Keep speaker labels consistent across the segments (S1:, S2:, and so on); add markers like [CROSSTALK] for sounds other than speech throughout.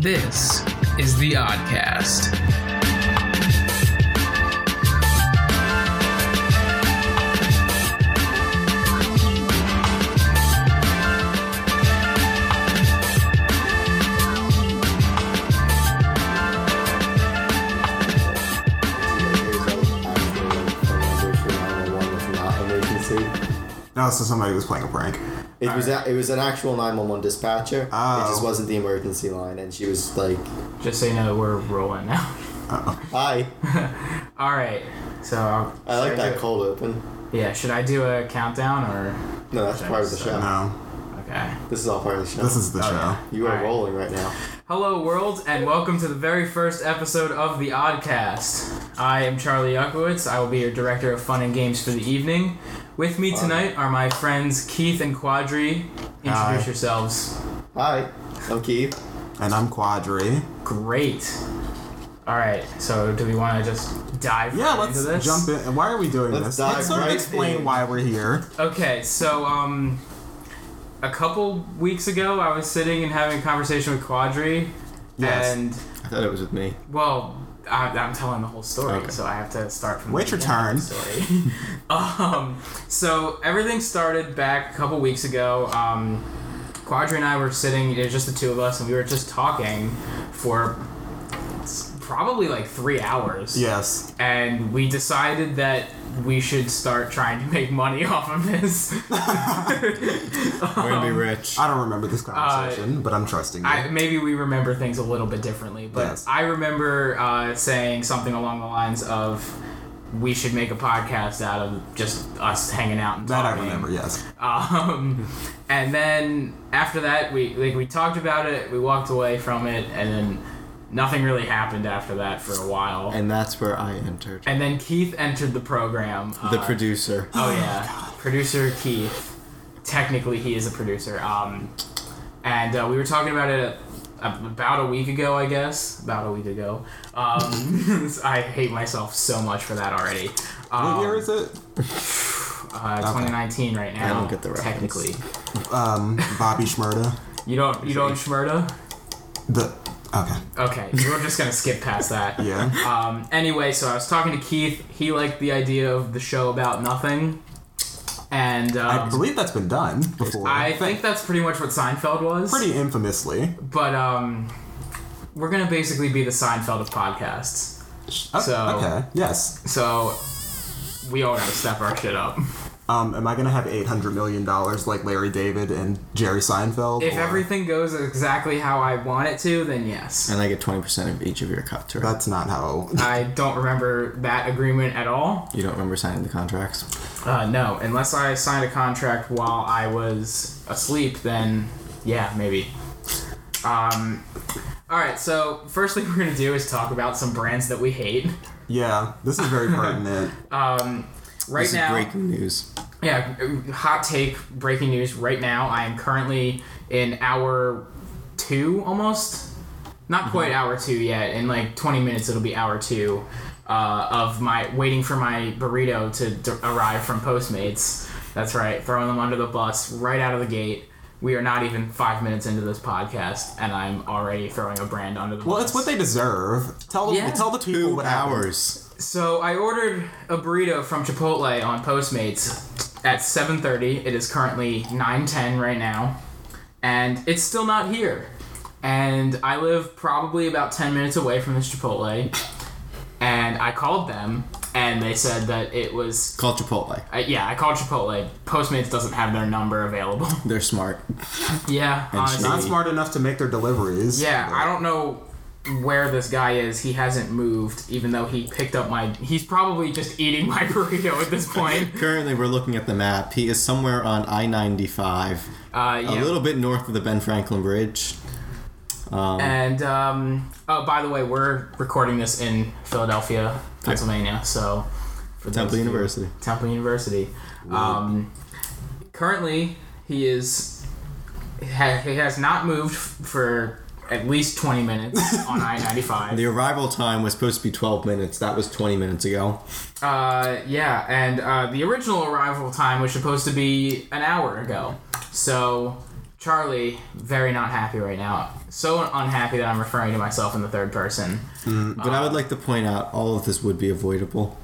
S1: This is the Oddcast.
S2: No, so somebody was playing a prank.
S3: It was a, it was an actual 911 dispatcher. It just
S2: Oh.
S3: wasn't the emergency line, and she was like,
S4: Just so you know, we're rolling now. [LAUGHS]
S3: "Hi,
S4: All right. So I'll,
S3: I like
S4: should
S3: that
S4: do-
S3: cold open."
S4: Yeah. Should I do a countdown or?
S3: No, that's part of the show.
S2: No,
S4: Okay.
S3: This is all part of the show.
S2: this is the
S4: Oh,
S2: show.
S4: yeah.
S3: you are
S4: Alright.
S3: rolling right now.
S4: Hello, world, and welcome to the very first episode of the Oddcast. I am Charlie Yakowitz. I will be your director of fun and games for the evening. With me tonight are my friends Keith and Quadri. Introduce
S2: Hi.
S4: yourselves.
S3: Hi, I'm Keith.
S2: And I'm Quadri.
S4: Great. All right. So, do we want to just dive
S2: Yeah,
S4: right
S2: let's
S4: into this?
S2: jump in. And Why are we doing
S3: Let's
S2: this?
S3: dive
S2: Let's sort
S3: right
S2: of explain
S3: in.
S2: why we're here.
S4: Okay, so um, a couple weeks ago, I was sitting and having a conversation with Quadri,
S2: Yes.
S4: and
S3: I thought it was with me.
S4: well, I, I'm telling the whole story,
S3: Okay.
S4: so I have to start from.
S2: Wait
S4: the
S2: your
S4: beginning
S2: turn.
S4: of the Story. [LAUGHS] um, so everything started back a couple weeks ago. Um, Quadri and I were sitting, it was just the two of us, and we were just talking for s- probably like three hours
S2: Yes.
S4: and we decided that we should start trying to make money [LAUGHS] off of this.
S3: We're gonna be rich.
S2: I don't remember this conversation, but I'm trusting you.
S4: I, maybe we remember things a little bit differently, but
S2: Yes.
S4: I remember uh, saying something along the lines of, "We should make a podcast out of just us hanging out and
S2: that I
S4: talking."
S2: remember, yes.
S4: Um, and then after that, we like we talked about it, we walked away from it, and then nothing really happened after that for a while. And,
S3: And that's where I entered.
S4: then Keith entered the program.
S3: the
S4: uh,
S3: producer.
S4: Oh yeah, producer Keith. Technically, he is a producer. Um, and uh, we were talking about it a, about a week ago, I guess. About a week ago. Um, [LAUGHS] I hate myself so much for that already. Um,
S2: what year is it?
S4: Uh, 2019 right now.
S3: don't get the reference.
S4: Technically,
S2: Um, Bobby Schmurda.
S4: you don't. You don't Schmurda.
S2: The okay,
S4: Okay, we're just gonna skip past
S3: [LAUGHS]
S4: that. [LAUGHS]
S2: yeah.
S4: Um, anyway, so I was talking to Keith. He liked the idea of the show about nothing, and um,
S2: I believe that's been done before.
S4: I think that's pretty much what Seinfeld was.
S2: pretty infamously.
S4: but um, we're gonna basically be the Seinfeld of podcasts.
S2: Oh,
S4: So-
S2: okay, yes.
S4: So we all gotta step our shit up.
S2: Um, am I gonna have eight hundred million dollars like Larry David and Jerry Seinfeld?
S4: If
S2: or-
S4: everything goes exactly how I want it to, then yes.
S3: And I get 20% of each of your cuts, right?
S2: that's
S4: [LAUGHS]
S2: not how.
S4: I don't remember that agreement at all.
S3: you don't remember signing the contracts?
S4: Uh, no, unless I signed a contract while I was asleep, then yeah, maybe. Um, all right, so first thing we're gonna do is talk about some brands that we hate.
S2: Yeah, this is very
S4: [LAUGHS]
S2: pertinent.
S4: Um, right
S3: this
S4: now,
S3: is breaking news.
S4: Yeah, hot take, breaking news right now. I am currently in hour two almost.
S2: Mm-hmm.
S4: Not quite hour two yet. In like 20 minutes, it'll be hour two uh, of my waiting for my burrito to d- arrive from Postmates. That's right, throwing them under the bus right out of the gate. We are not even five minutes into this podcast, and I'm already throwing a brand under the
S2: Well,
S4: bus.
S2: it's what they deserve. Tell them,
S4: Yeah.
S2: tell the people
S3: Two
S2: what happened.
S3: hours.
S4: So I ordered a burrito from Chipotle on Postmates at 7:30. It is currently 9:10 right now, and it's still not here. And I live probably about 10 minutes away from this Chipotle, and I called them, and they said that it was.
S3: Call Chipotle.
S4: Uh, yeah, I called Chipotle. Postmates doesn't have their number available. [LAUGHS]
S3: They're smart.
S4: yeah,
S3: And
S4: honestly.
S2: Not smart enough to make their deliveries.
S4: Yeah, I don't know where this guy is. He hasn't moved, even though he picked up my. He's probably just eating my [LAUGHS] burrito at this point.
S3: Currently, we're looking at the map. He is somewhere on I 95,
S4: Uh, yeah.
S3: a little bit north of the Ben Franklin Bridge. Oh.
S4: And um, oh, by the way, we're recording this in Philadelphia, Pennsylvania. So for those
S3: Temple
S4: of you-
S3: University.
S4: Temple University. Um, currently, he is ha- he has not moved f- for at least twenty
S3: [LAUGHS]
S4: minutes on I ninety five.
S3: The arrival time was supposed to be 12 minutes. That was 20 minutes ago.
S4: Uh, yeah, and uh, the original arrival time was supposed to be an hour ago. So Charlie, very not happy right now. So unhappy that I'm referring to myself in the third person.
S3: But I would
S4: Ah.
S3: like to point out all of this would be avoidable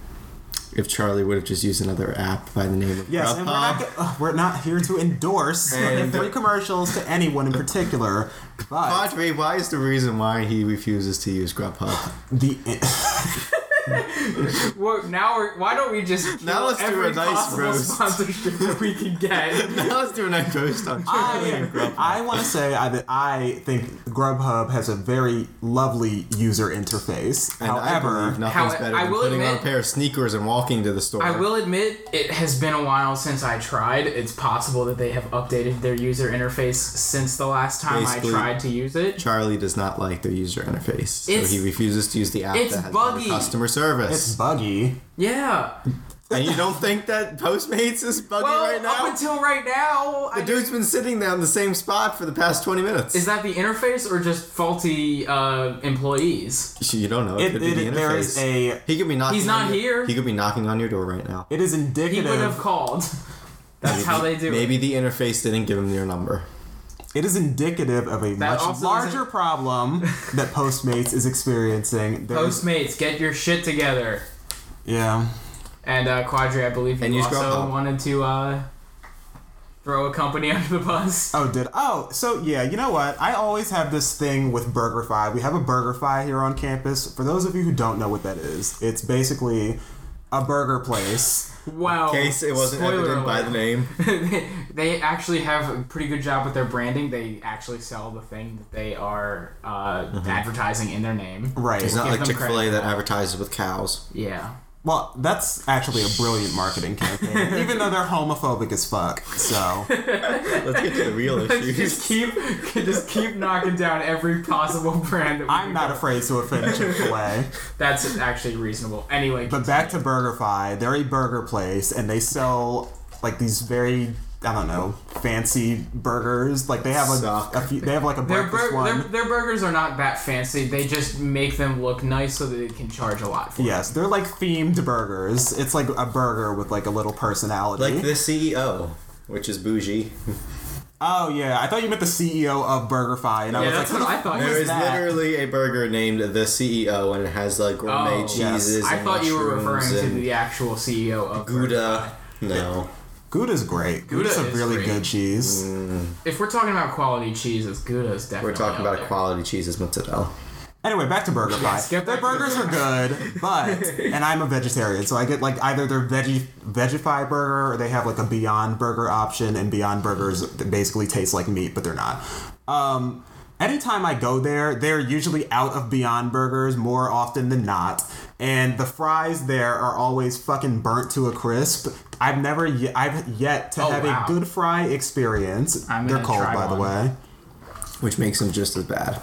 S3: if Charlie would have just used another app by the name of
S2: Yes, and we're not,
S3: Grubhub.
S2: uh, we're not here to endorse
S3: And-
S2: [LAUGHS] free commercials to anyone in particular, but
S3: Audrey, why is the reason why he refuses to use Grubhub? [LAUGHS]
S2: the [LAUGHS]
S4: Well, now we're, why don't we just
S3: Now
S4: kill
S3: let's do
S4: every
S3: a nice
S4: possible
S3: roast.
S4: sponsorship that we can get?
S3: Let's do an roast on Charlie and
S2: I,
S3: Grubhub.
S2: I want to say I, that I think Grubhub has a very lovely user interface.
S3: And I
S2: However,
S3: believe nothing's
S4: How-
S3: better
S4: I
S3: than
S4: will
S3: putting on a
S4: admit-
S3: pair of sneakers and walking to the store.
S4: I will admit it has been a while since I tried. It's possible that they have updated their user interface since the last time
S3: Basically-
S4: I tried to use it.
S3: Charlie does not like their user interface, so
S4: It's-
S3: he refuses to use the app
S4: it's
S3: that has
S4: buggy.
S3: better customer service.
S2: it's buggy.
S4: Yeah.
S3: [LAUGHS] and you don't think that Postmates is buggy
S4: Well,
S3: right now?
S4: up until right now, I
S3: the dude's been sitting there in the same spot for the past 20 minutes.
S4: Is that the interface or just faulty uh, employees?
S3: you don't know. It,
S2: It-
S3: could be the
S2: it-
S3: interface.
S2: there is a-
S3: he could be knocking.
S4: He's
S3: on
S4: not
S3: your-
S4: here.
S3: He could be knocking on your door right now.
S2: It is
S4: He
S2: indicative.
S4: would have called. That's how they do
S3: Maybe
S4: it.
S3: the interface didn't give him your number.
S2: It is indicative of a
S4: That
S2: much
S4: also
S2: larger
S4: doesn't- [LAUGHS]
S2: problem that Postmates is experiencing. There's,
S4: Postmates, get your shit together.
S2: yeah.
S4: And uh, Quadri, I believe
S3: And
S4: you
S3: use
S4: also
S3: Grubhub.
S4: wanted to uh, throw a company [LAUGHS] under the bus.
S2: Oh, did oh, so yeah. You know what? I always have this thing with BurgerFi. We have a BurgerFi here on campus. For those of you who don't know what that is, it's basically a burger place.
S4: Wow.
S3: Case it wasn't
S4: Oh, Spoiler
S3: evident
S4: [LAUGHS]
S3: by the
S4: alert.
S3: name.
S4: they, they actually have a pretty good job with their branding. They actually sell the thing that they are uh,
S3: Mm-hmm.
S4: advertising in their name.
S2: Right.
S3: It's not
S4: Give
S3: like
S4: them
S3: Chick Fil A
S4: credit.
S3: that advertises
S4: [LAUGHS]
S3: with cows.
S4: Yeah.
S2: Well, that's actually a brilliant marketing campaign, even though they're homophobic as fuck. So,
S3: Let's get to the
S4: [LAUGHS]
S3: real
S4: just
S3: issues.
S4: keep just keep knocking down every possible brand that we
S2: I'm
S4: can
S2: not
S4: go.
S2: afraid to offend Chick fil A.
S4: That's actually reasonable. Anyway,
S2: But back to BurgerFi, they're a burger place and they sell like these very, I don't know, fancy burgers. Like they have a,
S3: Suck.
S2: a few, they have like a
S4: their,
S2: breakfast
S4: bur-
S2: one.
S4: their, their burgers are not that fancy. They just make them look nice so that they can charge a lot for.
S2: Yes, they're like themed burgers. It's like a burger with like a little personality.
S3: Like the CEO, which is bougie.
S2: oh yeah, I thought you meant the CEO of BurgerFi, and I
S4: Yeah,
S2: was like,
S4: that's what I thought
S2: who
S4: you
S2: is
S3: There is
S2: that?
S3: literally a burger named the CEO, and it has like gourmet
S4: Oh,
S2: yes.
S3: cheeses.
S4: I
S3: and
S4: thought you were referring
S3: mushrooms
S4: to
S3: and
S4: the actual CEO of
S3: Gouda. No,
S2: Gouda's great.
S4: Gouda
S2: Gouda's a
S4: is
S2: really
S4: great.
S2: good cheese.
S4: If we're talking about quality cheeses, Gouda's definitely.
S3: we're talking
S4: up
S3: about
S4: there.
S3: quality cheeses, mozzarella.
S2: Anyway, back to burger pie.
S4: get back
S2: Their
S4: to
S2: burgers are good, but and I'm a vegetarian, so I get like either their veggie vegify burger or they have like a Beyond Burger option, and Beyond Burgers that basically taste like meat, but they're not. Um, anytime I go there, they're usually out of Beyond Burgers more often than not, and the fries there are always fucking burnt to a crisp. I've never, y- I've yet to
S4: Oh,
S2: have
S4: wow.
S2: a good fry experience.
S4: I'm
S2: they're
S4: gonna
S2: cold,
S4: try
S2: by the
S4: one.
S2: way.
S3: which makes them just as bad.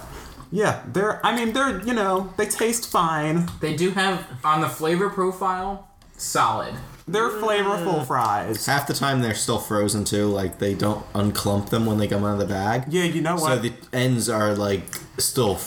S2: Yeah, they're. I mean, they're. You know, they taste fine.
S4: They do have on the flavor profile solid.
S2: They're flavorful fries.
S3: Half the time they're still frozen too. Like they don't unclump them when they come out of the bag.
S2: Yeah, you know
S3: So
S2: what?
S3: the ends are like still f-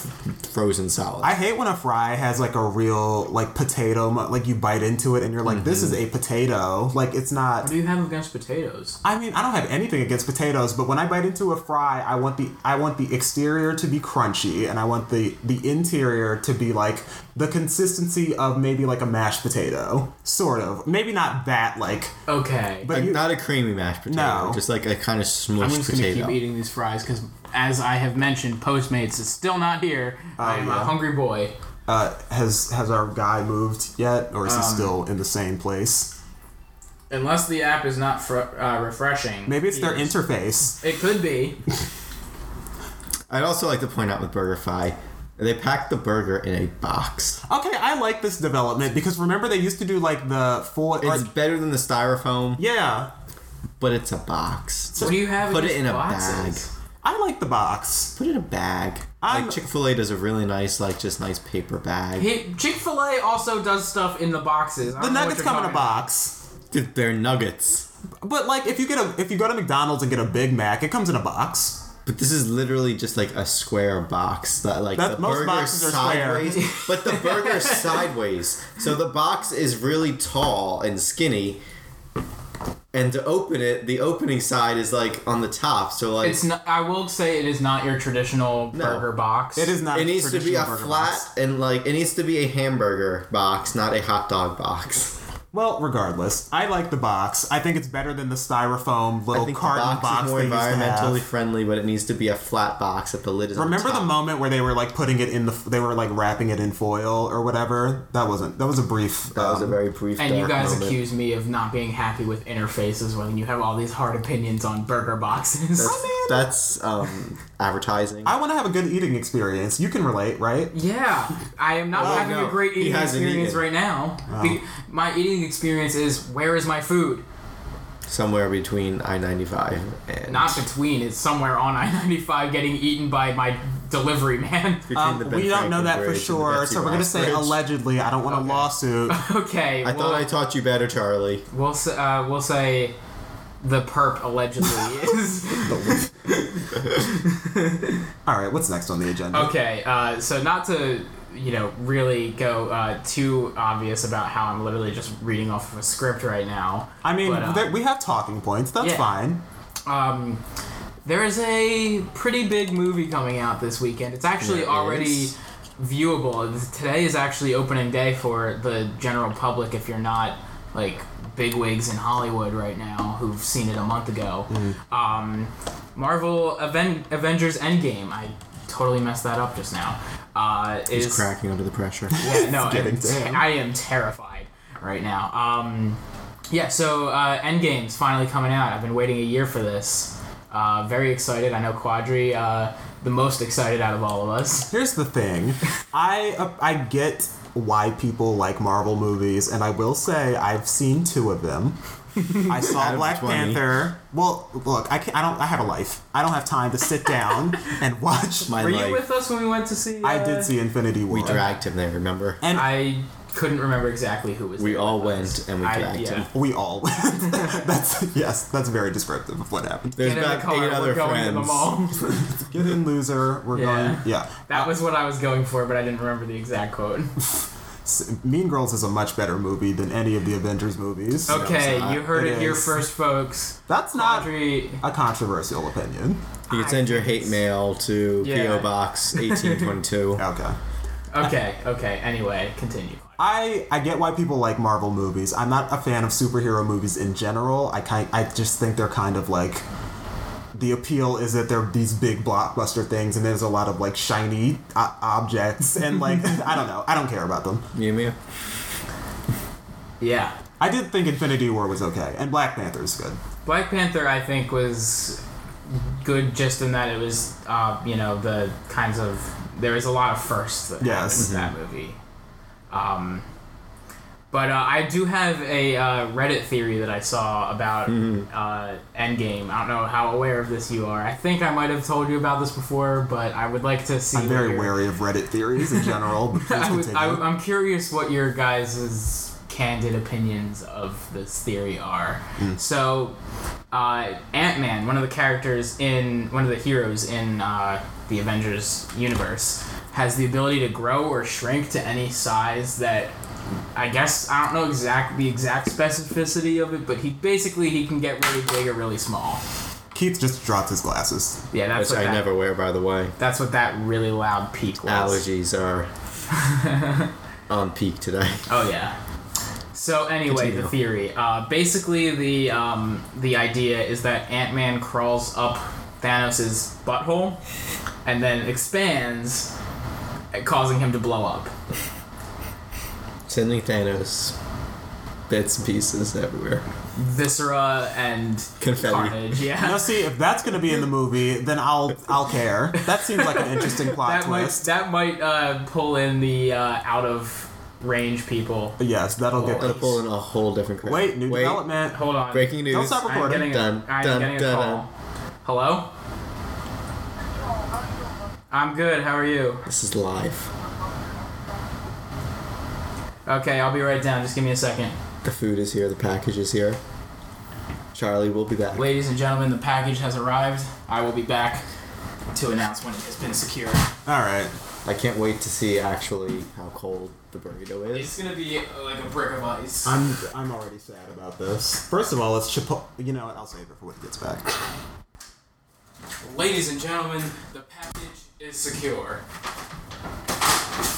S3: frozen solid.
S2: I hate when a fry has like a real like potato, mu- like you bite into it and you're like, this is a
S3: Mm-hmm.
S2: potato. Like it's
S4: What
S2: not.
S4: do you have against potatoes?
S2: I mean, I don't have anything against potatoes, but when I bite into a fry, I want the I want the exterior to be crunchy and I want the the interior to be like the consistency of maybe like a mashed potato, sort of. Maybe not that like,
S4: Okay.
S2: but
S3: Like,
S2: you,
S3: not a creamy mashed potato,
S2: No.
S3: just like a kind of smushed
S4: I'm just
S3: potato.
S4: gonna keep eating these fries because, as I have mentioned, Postmates is still not here. I am a
S2: Oh, yeah.
S4: hungry boy.
S2: uh, has has our guy moved yet, or is
S3: Um,
S2: he still in the same place?
S4: Unless the app is not fr- uh, refreshing.
S2: Maybe it's their
S4: Yes.
S2: interface.
S4: It could be.
S3: I'd also like to point out with BurgerFi, they pack the burger in a box.
S2: Okay, I like this development because remember they used to do like the full. or-
S3: It's better than the styrofoam,
S2: yeah,
S3: but it's a box.
S4: what do you have?
S3: Put it
S4: against
S3: in a
S4: boxes?
S3: bag.
S2: I like the box.
S3: Put it in a bag.
S2: I'm-
S3: like Chick Fil A does a really nice, like just nice paper bag.
S4: He, Chick-fil-A also does stuff in the boxes.
S2: The nuggets come in a box,
S3: Dude, They're nuggets.
S2: but like if you get a if you go to McDonald's and get a Big Mac, it comes in a box.
S3: But this is literally just like a square box that like
S2: That-
S3: the
S2: most
S3: burger
S2: boxes are square.
S3: sideways.
S2: [LAUGHS]
S3: but the burger's sideways. So the box is really tall and skinny. and to open it, the opening side is like on the top. So like
S4: It's not. I will say it is not your traditional
S3: No.
S4: burger box.
S2: It is not.
S3: it needs to be
S2: traditional
S3: a
S2: burger
S3: flat
S2: box.
S3: and like it needs to be a hamburger box, not a hot dog box.
S2: Well, regardless, I like the box. I think it's better than the styrofoam
S3: I
S2: little
S3: think the
S2: carton
S3: box, is more
S2: they used to
S3: environmentally
S2: have.
S3: friendly, but it needs to be a flat box that the lid is. on
S2: Remember the
S3: top.
S2: moment where they were like putting it in the, they were like wrapping it in foil or whatever. That wasn't. That was a brief. um,
S3: That was a very brief.
S4: And you
S3: dark
S4: guys
S3: moment.
S4: accuse me of not being happy with interfaces when you have all these hard opinions on burger boxes.
S3: Oh, That's um, advertising.
S2: I want to have a good eating experience. You can relate, right?
S4: [LAUGHS] Yeah, I am not
S3: Well,
S4: having
S3: no,
S4: a great
S3: he
S4: eating
S3: hasn't
S4: experience
S3: eaten.
S4: right now. Be- my eating experience is where is my food?
S3: Somewhere between I ninety five and
S4: Not between. It's somewhere on [LAUGHS] I ninety five getting eaten by my delivery man.
S3: between
S2: Um,
S3: the Ben
S2: we don't know
S3: Franklin
S2: that for
S3: bridge and the
S2: sure,
S3: Betsy
S2: so we're gonna
S3: Ross
S2: say
S3: bridge.
S2: allegedly. I don't want a
S3: [LAUGHS]
S2: lawsuit.
S4: okay,
S3: [LAUGHS] I
S4: we'll,
S3: thought I taught you better, Charlie.
S4: we'll s- uh, we'll say the perp
S3: [LAUGHS]
S4: allegedly is.
S2: All right, what's next on the agenda?
S4: Okay, uh, so not to you know really go uh, too obvious about how I'm literally just reading off of a script right now.
S2: I mean,
S4: but, uh,
S3: um,
S2: there, we have talking points. That's
S4: yeah.
S2: fine.
S4: um, there is a pretty big movie coming out this weekend. It's actually
S3: There
S4: already
S3: is.
S4: viewable. It's- Today is actually opening day for the general public if you're not like bigwigs in Hollywood right now who've seen it a month ago.
S3: Mm-hmm.
S4: Um, Marvel Aven- Avengers Endgame. I totally messed that up just now. Uh,
S3: He's
S4: is
S3: cracking under the pressure.
S4: yeah, no,
S2: Getting
S4: I'm te-
S2: down.
S4: I am terrified right now. Um, yeah, so uh, Endgame's finally coming out. I've been waiting a year for this. Uh, very excited. I know Quadri, uh, the most excited out of all of us.
S2: Here's
S3: [LAUGHS]
S2: the thing, I uh, I get why people like Marvel movies, and I will say I've seen two of them.
S3: [LAUGHS]
S2: I
S3: Out
S2: saw
S3: of
S2: Black
S3: 20.
S2: Panther. Well, look, I can't, I don't I have a life. I don't have time to
S3: [LAUGHS]
S2: sit down and watch.
S3: My
S4: Were
S3: life.
S4: you with us when we went to see?
S2: I
S4: uh,
S2: did see Infinity
S3: [LAUGHS]
S2: War.
S3: we dragged him there. Remember?
S2: and
S4: I couldn't remember exactly who was.
S3: We
S4: there
S3: all
S4: with us.
S3: went and we
S4: I-
S3: dragged
S4: yeah.
S3: him.
S2: we
S3: [LAUGHS]
S2: all. [LAUGHS] that's yes, that's very descriptive of what happened.
S3: There's
S4: Get in the
S3: about
S4: car.
S3: eight
S4: We're
S3: other
S4: going
S3: friends.
S4: to the mall.
S2: Get in, loser. We're
S4: Yeah.
S2: going. Yeah.
S4: [LAUGHS] that was what I was going for, but I didn't remember the exact
S3: [LAUGHS]
S4: quote.
S2: S- Mean Girls is a much better movie than any of the Avengers movies.
S4: Okay,
S3: not.
S4: you heard
S2: It
S4: it, here
S2: is.
S4: first, folks.
S2: That's not
S4: Quadri,
S2: a controversial opinion.
S3: You can send your hate mail to
S4: Yeah.
S3: PO
S4: [LAUGHS]
S3: Box 1822.
S2: Okay.
S4: Okay, okay. Anyway, continue.
S2: I, I get why people like Marvel movies. I'm not a fan of superhero movies in general. I kind I just think they're kind of like the appeal is that they're these big blockbuster things and there's a lot of like shiny uh, objects
S4: [LAUGHS]
S2: and like I don't know. I don't care about them.
S3: Mew Mew.
S4: Yeah.
S2: I did think Infinity War was okay and Black Panther is good.
S4: Black Panther, I think, was good just in that it was, uh, you know, the kinds of. There was a lot of firsts that
S2: Yes.
S4: happened in that movie. Um, but uh, I do have a uh, Reddit theory that I saw about uh, Endgame. I don't know how aware of this you are. I think I might have told you about this before, but I would like to see.
S2: I'm very
S4: what your-
S2: wary of Reddit theories in general. But please
S4: [LAUGHS] I was,
S2: continue.
S4: I, I'm curious what your guys' candid opinions of this theory are.
S3: Hmm.
S4: So, uh, Ant Man, one of the characters in one of the heroes in uh, the Avengers universe, has the ability to grow or shrink to any size that. I guess I don't know exact the exact specificity of it, but he basically he can get really big or really small.
S2: Keith just dropped his glasses.
S4: Yeah, that's
S3: Which
S4: what
S3: I
S4: that,
S3: never wear, by the way.
S4: That's what that really loud peak was.
S3: Allergies
S2: [LAUGHS]
S3: are on peak today.
S4: Oh yeah. So anyway,
S3: Continue.
S4: the theory. Uh, basically, the um, the idea is that Ant Man crawls up Thanos' butthole, and then expands, uh, causing him to blow up.
S3: Sending Thanos bits and pieces everywhere.
S4: Viscera and
S3: Confetti.
S4: carnage.
S2: Now, [LAUGHS]
S4: Yeah.
S2: see, if that's going to be in the movie, then I'll I'll care. That seems like an interesting plot
S4: That might
S2: twist.
S4: that might uh, pull in the uh, out of range people.
S2: But yes, that'll get.
S3: Gonna pull in a whole different crowd.
S2: Wait, new development.
S4: Hold on.
S3: Breaking news.
S2: Don't stop
S4: I'm
S2: recording.
S4: getting a,
S3: Dun,
S4: I'm
S3: dun,
S4: getting a
S3: dun,
S4: call.
S3: dun.
S4: Hello. I'm good. How are you?
S3: This is live.
S4: Okay, I'll be right down. Just give me a second.
S3: The food is here, the package is here. Charlie will be back.
S4: Ladies and gentlemen, the package has arrived. I will be back to announce when it has been secured.
S2: All right.
S3: I can't wait to see actually how cold the burrito
S4: It's
S3: is.
S4: gonna be uh, like a brick of ice.
S2: I'm I'm already sad about this. First of all, it's Chipotle. You know, what, I'll save it for when it gets back.
S4: Ladies and gentlemen, the package is secure.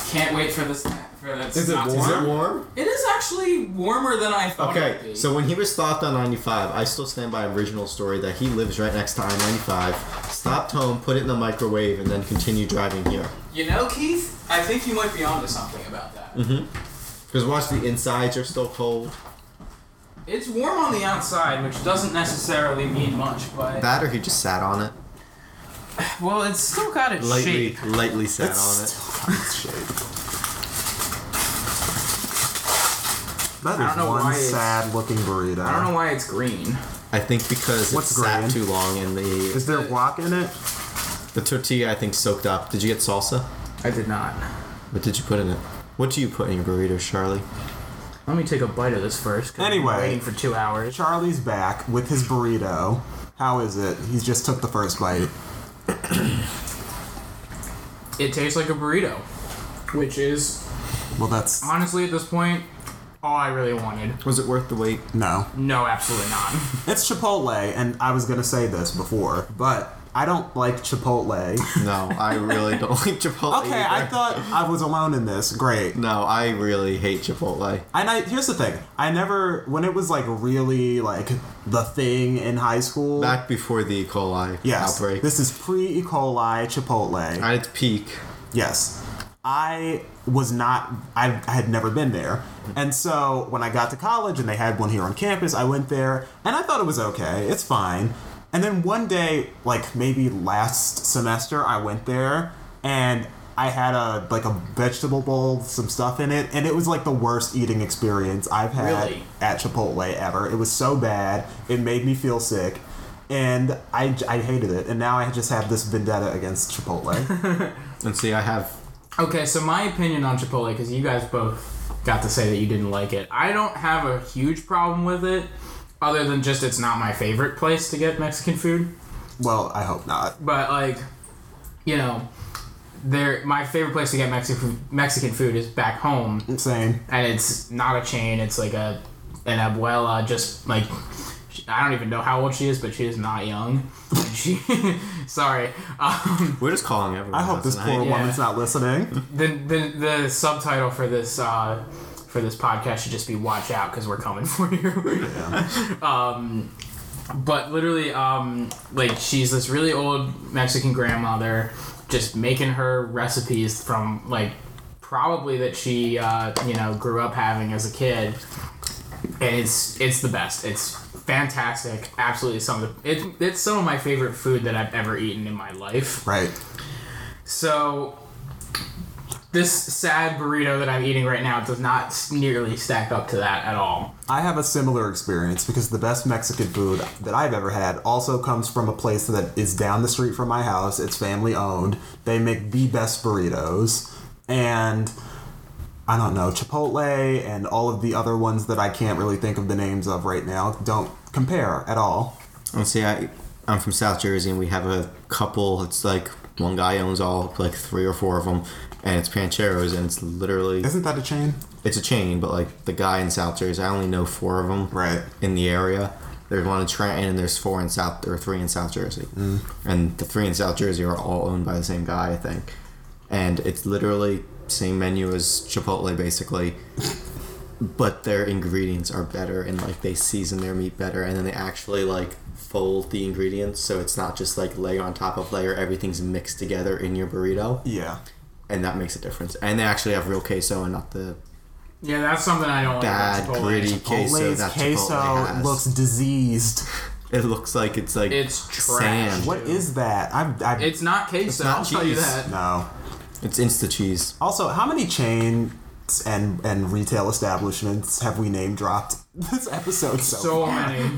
S4: Can't wait for this. For this
S5: Is it
S4: not to-
S5: warm? Is it warm?
S4: It is actually warmer than I
S2: Oh,
S4: thought. it would
S3: Okay,
S4: be.
S3: so when he was stopped on 95, I still stand by original story that he lives right next to I-95, stopped home, put it in the microwave, and then continued driving here.
S4: you know, Keith, I think you might be onto something about that.
S3: Because watch, the insides are still cold.
S4: It's warm on the outside, which doesn't necessarily mean much, but
S3: That or he just sat on it.
S4: well, it's still got its
S3: Lightly,
S4: shape.
S3: lightly sat on it.
S2: That
S4: don't
S2: is
S4: know
S2: one
S4: why it's-
S2: sad looking burrito.
S4: I don't know why it's green.
S3: I think because
S2: What's
S3: it sat
S2: grand?
S3: too long and the
S2: Is there wok in it?
S3: the tortilla I think soaked up. Did you get salsa?
S4: I did not.
S3: What did you put in it? What do you put in your burrito, Charlie?
S4: Let me take a bite of this first. 'cause I've been
S2: Anyway.
S4: waiting for two hours.
S2: Charlie's back with his burrito. How is it? He just took the first bite.
S4: It tastes like a burrito, which is
S2: Well, that's
S4: honestly at this point all I really wanted.
S3: Was it worth the wait?
S2: no.
S4: No, absolutely not. [LAUGHS]
S2: It's Chipotle, and I was gonna say this before, but I don't
S3: [LAUGHS]
S2: like Chipotle.
S3: No, I [LAUGHS] really don't like Chipotle.
S2: Okay, I
S3: either.
S2: thought I was alone in this. Great.
S3: No, I really hate Chipotle.
S2: And I here's the thing. I never when it was like really like the thing in high school.
S3: Back before the E. coli
S2: yes.
S3: outbreak,
S2: This is pre E. coli Chipotle.
S3: at its peak.
S2: Yes. I was not, I, I had never been there. And so when I got to college and they had one here on campus, I went there and I thought it was okay. It's fine. And then one day, like maybe last semester, I went there and I had a like a vegetable bowl, with some stuff in it, and it was like the worst eating experience I've had
S4: Really?
S2: at Chipotle ever. It was so bad. It made me feel sick. And I, I hated it. And now I just have this vendetta against Chipotle.
S3: And see, I have.
S4: Okay, so my opinion on Chipotle, because you guys both got to say that you didn't like it. I don't have a huge problem with it, other than just it's not my favorite place to get Mexican food.
S2: Well, I hope not.
S4: But like, you know, there my favorite place to get Mexican Mexican food is back home,
S2: Same.
S4: and it's not a chain. It's like a an abuela, just like she- I don't even know how old she is, but she is not young. [LAUGHS] she, sorry. Um,
S3: We're just calling everyone.
S2: I hope this
S3: tonight.
S2: poor
S4: Yeah.
S2: woman's
S3: [LAUGHS]
S2: not listening.
S4: the, the, the subtitle for this uh, for this podcast should just be "Watch out" because we're coming [LAUGHS] for you. um, but literally, um, like she's this really old Mexican grandmother, just making her recipes from like probably that she uh, you know grew up having as a kid, and it's it's the best. It's fantastic. Absolutely, some of the it, it's some of my favorite food that I've ever eaten in my life.
S2: Right.
S4: So, this sad burrito that I'm eating right now does not s- nearly stack up to that at all.
S2: I have a similar experience because the best Mexican food that I've ever had also comes from a place that is down the street from my house. It's family owned. They make the best burritos. And I don't know, Chipotle and all of the other ones that I can't really think of the names of right now don't compare at all.
S3: And see, I, I'm from South Jersey, and we have a couple. It's like one guy owns all like three or four of them, and it's Pancheros, and it's literally
S2: Isn't that a chain?
S3: it's a chain, but like the guy in South Jersey, I only know four of them.
S2: Right.
S3: In the area, there's one in Trenton, and there's four in South or three in South Jersey, and the three in South Jersey are all owned by the same guy, I think, and it's literally same menu as Chipotle, basically. But their ingredients are better, and like they season their meat better, and then they actually like fold the ingredients, so it's not just like layer on top of layer. Everything's mixed together in your burrito,
S2: Yeah.
S3: and that makes a difference. And they actually have real queso and not the
S4: Yeah, that's something I don't like. about
S3: bad,
S4: Chipotle.
S3: gritty queso
S2: Chipotle's
S3: that Chipotle
S2: queso
S3: has.
S2: looks diseased.
S3: it looks like it's like
S4: It's trash.
S3: sand.
S2: What
S4: Dude.
S2: is that? I'm, I,
S4: It's not queso.
S3: not
S4: I'll tell you
S3: cheese.
S4: that.
S2: no.
S3: It's insta cheese.
S2: Also, how many chains and and retail establishments have we name dropped [LAUGHS] this episode? So,
S4: So many.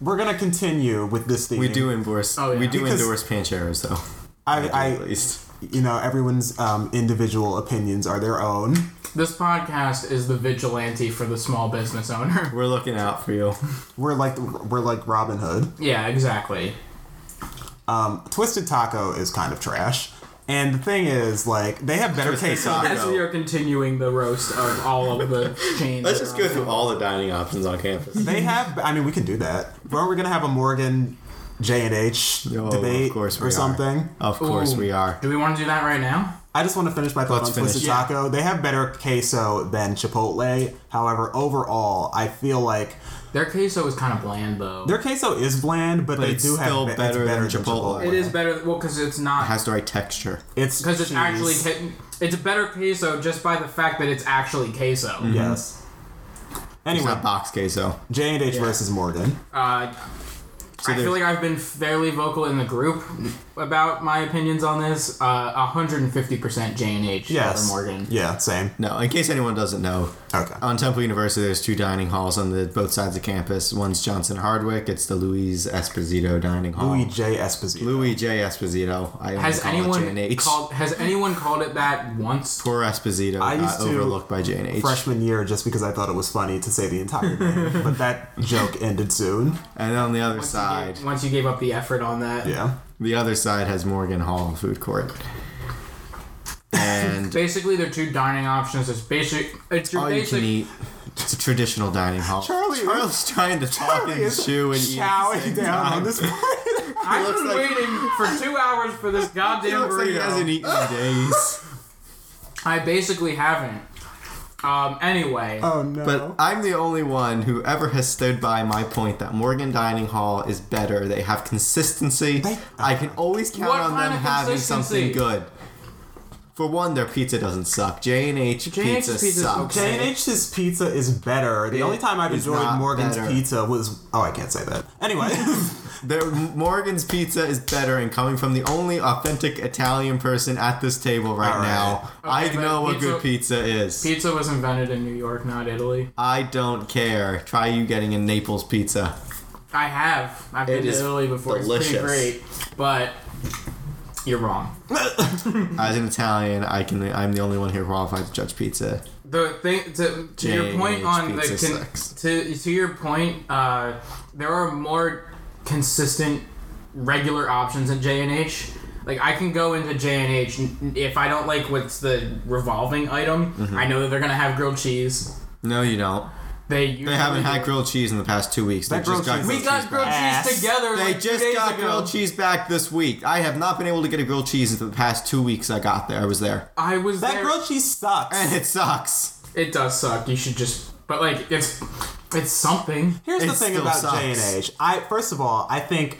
S2: we're gonna continue with this theme.
S3: We do endorse.
S4: Oh, yeah.
S3: We do
S2: Because-
S3: endorse Pancheros though.
S2: I,
S3: at
S2: I
S3: least
S2: you know, everyone's um, individual opinions are their own.
S4: This podcast is the vigilante for the small business owner. [LAUGHS]
S3: we're looking out for you.
S2: We're like we're like Robin Hood. Um,
S4: yeah, exactly.
S2: Twisted Taco is kind of trash. And the thing is, like, they have better queso.
S4: As we are continuing the roast of all of [LAUGHS] the chains.
S3: [LAUGHS] Let's just go through all the dining options on campus.
S2: They have. I mean, we can do that. Aren't we gonna have a Morgan J and H
S3: Oh,
S2: debate
S3: of course we
S2: or
S3: are.
S2: something?
S3: Of course we are.
S4: Do we want to do that right now?
S2: I just want to finish my thought
S3: Let's
S2: on
S3: finish.
S2: Twisted Taco. They have better queso than Chipotle. However, overall, I feel like
S4: Their queso is kind of bland though.
S2: their queso is bland, but, they
S3: it's
S2: do have
S3: still
S2: be- it's
S3: better than Chipotle.
S4: it is better. Well, because it's
S3: It
S4: not
S3: has the right texture.
S2: It's
S4: because it's
S2: cheese.
S4: actually ca- it's a better queso just by the fact that it's actually queso.
S3: Mm-hmm.
S2: yes.
S3: It's
S2: Anyway,
S3: not box queso.
S2: J and H versus Morgan.
S4: Uh, I feel like I've been fairly vocal in the group about my opinions on this. Uh, 150% J and H.
S2: Yes.
S4: Morgan.
S2: Yeah, same.
S3: No, in case anyone doesn't know,
S2: Okay.
S3: on Temple University there's two dining halls on the both sides of campus. One's Johnson Hardwick. It's the Louise Esposito Dining Hall.
S2: Louis J Esposito.
S3: Louis J. Esposito. I only
S4: Has
S3: call it J and
S4: anyone
S3: H.
S4: called? Has anyone called it that once?
S3: Poor Esposito
S2: I used
S3: got
S2: to-
S3: overlooked by J and H.
S2: Freshman year, just because I thought it was funny to say the entire name, but that joke ended soon.
S3: And on the other
S4: Once you
S3: side,
S4: gave- once you gave up the effort on that.
S2: Yeah.
S3: the other side has Morgan Hall food court.
S4: [LAUGHS]
S3: And
S4: Basically, they're two dining options. It's basic. It's your
S3: all you
S4: basic.
S3: can eat. It's a traditional dining hall.
S2: Charlie is-
S3: Charlie's trying to talk
S2: Charlie
S3: in the
S2: is
S3: shoe and eat. at the
S2: Chowing
S3: same
S2: down
S3: time.
S2: on this [LAUGHS] part.
S4: I've
S3: looks
S4: been
S3: like-
S4: waiting for two hours for
S3: [LAUGHS]
S4: this
S3: He
S4: goddamn
S3: looks like he
S4: burrito.
S3: hasn't eaten in
S2: [LAUGHS]
S3: days.
S4: I basically haven't. Um. Anyway.
S2: Oh no.
S3: But I'm the only one who ever has stood by my point that Morgan Dining Hall is better. They have consistency.
S2: They-
S3: I can always count
S4: What
S3: on
S4: kind
S3: them
S4: of
S3: having something
S4: consistency?
S3: good. For one, their pizza doesn't suck. J and H
S4: J&H's
S3: pizza
S4: pizza's
S3: sucks.
S4: okay.
S2: J&H's pizza is better. The only time I've
S3: is
S2: enjoyed
S3: not
S2: Morgan's
S3: better.
S2: pizza was oh, I can't say that.
S3: [LAUGHS]
S2: Anyway,
S3: Their Morgan's pizza is better, and coming from the only authentic Italian person at this table right,
S2: All right.
S3: now, I
S4: Okay, but
S3: know what
S4: pizza-
S3: good pizza is.
S4: Pizza was invented in New York, not Italy.
S3: I don't care. Try you getting a Naples pizza.
S4: I have. I've
S3: It
S4: been to
S3: is
S4: Italy before. It's pretty
S3: delicious.
S4: great. But you're wrong.
S3: As an Italian, I can. I'm the only one here qualified to judge pizza.
S4: The thing to, to your point
S3: J&H
S4: on the
S3: pizza
S4: con-
S3: sucks.
S4: to to your point, uh, there are more consistent regular options in J and H. Like I can go into J and H n- if I don't like what's the revolving item.
S3: Mm-hmm.
S4: I know that they're gonna have grilled cheese.
S3: No, you don't.
S4: They usually
S3: They haven't had grilled cheese in the past two weeks. They
S2: That
S3: just
S2: grilled
S3: got
S2: cheese-
S4: We
S3: grilled
S4: got
S3: cheese
S4: grilled
S3: back.
S2: back.
S4: cheese together.
S3: They
S4: like, two
S3: just
S4: days
S3: got
S4: ago.
S3: grilled cheese back this week. I have not been able to get a grilled cheese for the past two weeks. I got there. I was there,
S4: I was
S2: that
S4: there.
S2: grilled cheese sucks.
S3: and it sucks.
S4: It does suck. You should just, but like it's it's something.
S2: Here's the
S3: It
S2: thing
S3: still
S2: about
S3: sucks.
S2: J and H. I first of all, I think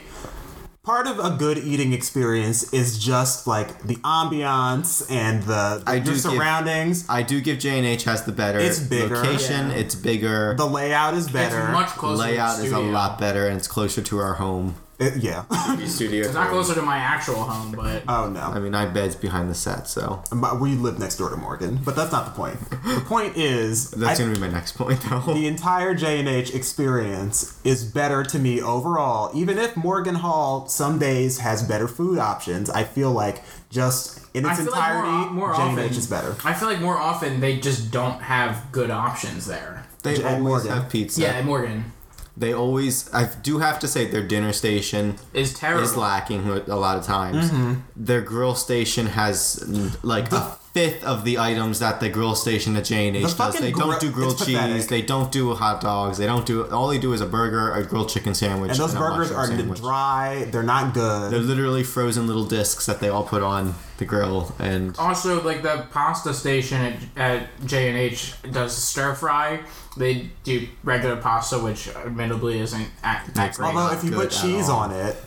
S2: part of a good eating experience is just like the ambiance and the,
S3: I
S2: the your
S3: do give-
S2: surroundings.
S3: I do give J and H has the better
S2: It's bigger.
S3: location. It's bigger.
S2: the layout is
S4: It's
S2: better.
S4: much closer.
S3: layout
S4: to the
S3: is a
S4: studio.
S3: lot better and it's closer to our home.
S2: It- yeah. [LAUGHS]
S3: Studio.
S4: It's not closer to my actual home, but
S2: oh
S3: I [LAUGHS]
S2: no.
S3: mean, I bed's behind the set, so
S2: But we live next door to Morgan, but that's not the point. The point is
S3: that's
S2: I-
S3: gonna be my next point, though.
S2: the entire J&H experience is better to me overall. Even if Morgan Hall some days has better food options, I feel like just in
S4: I
S2: its
S4: feel
S2: entirety,
S4: like more, o- more
S2: J&H
S4: often
S2: is better.
S4: I feel like more often they just don't have good options there.
S3: They
S2: J-
S3: always
S2: Morgan.
S3: have pizza.
S4: Yeah, Morgan
S3: They always. I do have to say their dinner station
S4: is terrible.
S3: is lacking a lot of times.
S2: Mm-hmm.
S3: Their grill station has like a fifth of the items that the grill station at J and
S2: The
S3: H does.
S2: fucking
S3: They
S2: grill-
S3: don't do grilled
S2: it's
S3: cheese.
S2: pathetic.
S3: They don't do hot dogs. They don't do. All they do is a burger, a grilled chicken sandwich,
S2: And those
S3: a
S2: burgers
S3: mushroom
S2: are
S3: sandwich.
S2: dry, they're not good.
S3: They're literally frozen little discs that they all put on the grill and
S2: Oh,
S4: also, like the pasta station at, at J and H does stir fry. They do regular pasta, which admittedly isn't at, that great.
S2: Although if you
S3: good
S2: put
S3: at
S2: cheese
S3: all.
S2: on it,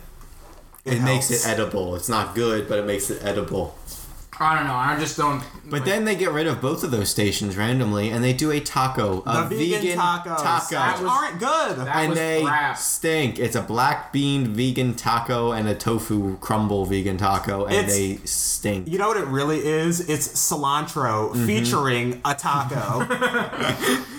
S3: it makes
S2: helps.
S3: it edible. It's not good, but it makes it edible.
S4: I don't know. I just don't.
S3: But then they get rid of both of those stations randomly, and they do a taco, a
S2: the vegan, tacos,
S3: taco.
S2: which aren't good.
S4: that
S3: and
S4: was
S3: they
S4: crap.
S3: stink. It's a black bean vegan taco and a tofu crumble vegan taco, and
S2: It's-
S3: they stink.
S2: you know what it really is? It's cilantro featuring a taco.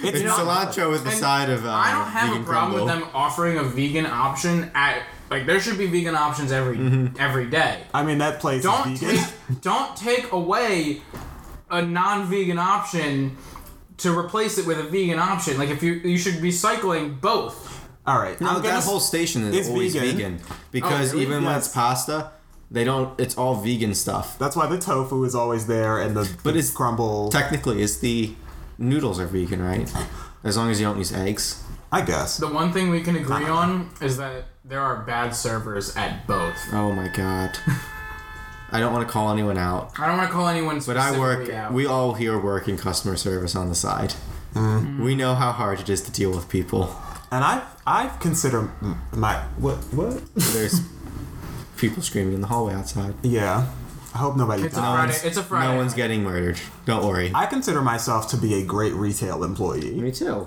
S2: it's
S3: It's
S2: not-
S3: cilantro is the
S4: And
S3: side of. Um,
S4: I don't have
S3: vegan
S4: a problem
S3: crumble.
S4: with them offering a vegan option at like there should be vegan options every
S3: Mm-hmm.
S4: every day.
S2: I mean that place
S4: Don't
S2: is vegan.
S4: take don't take away a non-vegan option to replace it with a vegan option. Like if you you should be cycling both.
S2: All right.
S3: No,
S2: I'm gonna
S3: that
S2: s-
S3: whole station is
S2: is
S3: always
S2: vegan.
S3: vegan, because
S4: Oh, really?
S3: even when
S2: Yes.
S3: it's pasta, They don't. It's all vegan stuff.
S2: That's why the tofu is always there and the,
S3: But
S2: the
S3: it's
S2: crumble.
S3: Technically, it's the noodles are vegan,
S4: [LAUGHS]
S3: right? As long as you don't use eggs.
S2: I guess.
S4: The one thing we can agree on is that there are bad servers at both.
S3: Oh my
S4: [LAUGHS]
S3: god. I don't want to call anyone out,
S4: I don't want to call anyone
S3: but
S4: specifically
S3: I work.
S4: out.
S3: We all here work in customer service on the side. We know how hard it is to deal with people.
S2: And I I consider m- my what what?
S3: There's people screaming in the hallway outside.
S2: Yeah. I hope nobody
S4: It's a
S2: dies.
S4: Friday. It's a Friday.
S3: No one's getting murdered. Don't worry.
S2: I consider myself to be a great retail employee
S3: Me too.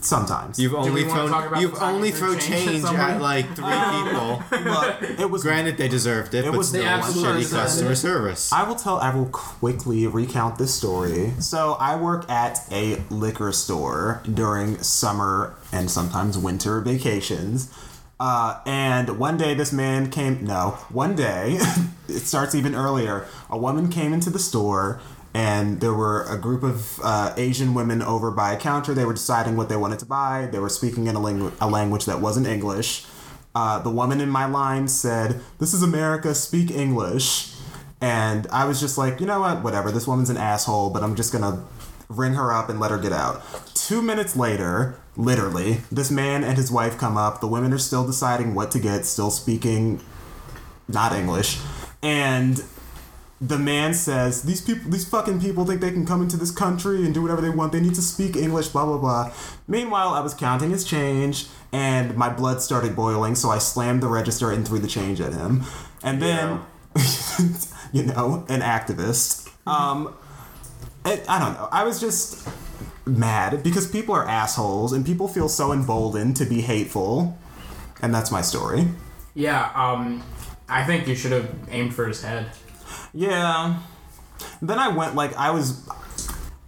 S2: sometimes.
S3: You've only
S4: we wanna talk
S3: thrown
S4: about
S3: you've
S4: the time
S3: only
S4: you threw
S3: thrown
S4: change at
S3: change
S4: somebody?
S3: at like three people.
S2: Look, [LAUGHS] it was
S3: Granted, they deserved it,
S2: It
S3: but
S2: was
S3: still,
S2: the
S3: that's
S2: absolute
S3: shitty
S2: deserved
S3: customer
S2: it.
S3: service.
S2: I will tell. I will quickly recount this story. So I work at a liquor store during summer and sometimes winter vacations. Uh, and one day this man came. No, one day [LAUGHS] it starts even earlier. A woman came into the store. And there were a group of uh, Asian women over by a counter. They were deciding what they wanted to buy. They were speaking in a, langu- a language that wasn't English. Uh, the woman in my line said, This is America, speak English. And I was just like, you know what, whatever, this woman's an asshole, but I'm just gonna ring her up and let her get out. Two minutes later, literally, this man and his wife come up. The women are still deciding what to get, still speaking not English. And the man says, These people these fucking people think they can come into this country and do whatever they want. They need to speak English, blah blah blah. Meanwhile, I was counting his change and my blood started boiling, so I slammed the register and threw the change at him. And then [LAUGHS] you know, an activist. Um it, I don't know. I was just mad because people are assholes and people feel so emboldened to be hateful. And that's my story.
S4: yeah, um, I think you should have aimed for his head.
S2: Yeah. Then I went like I was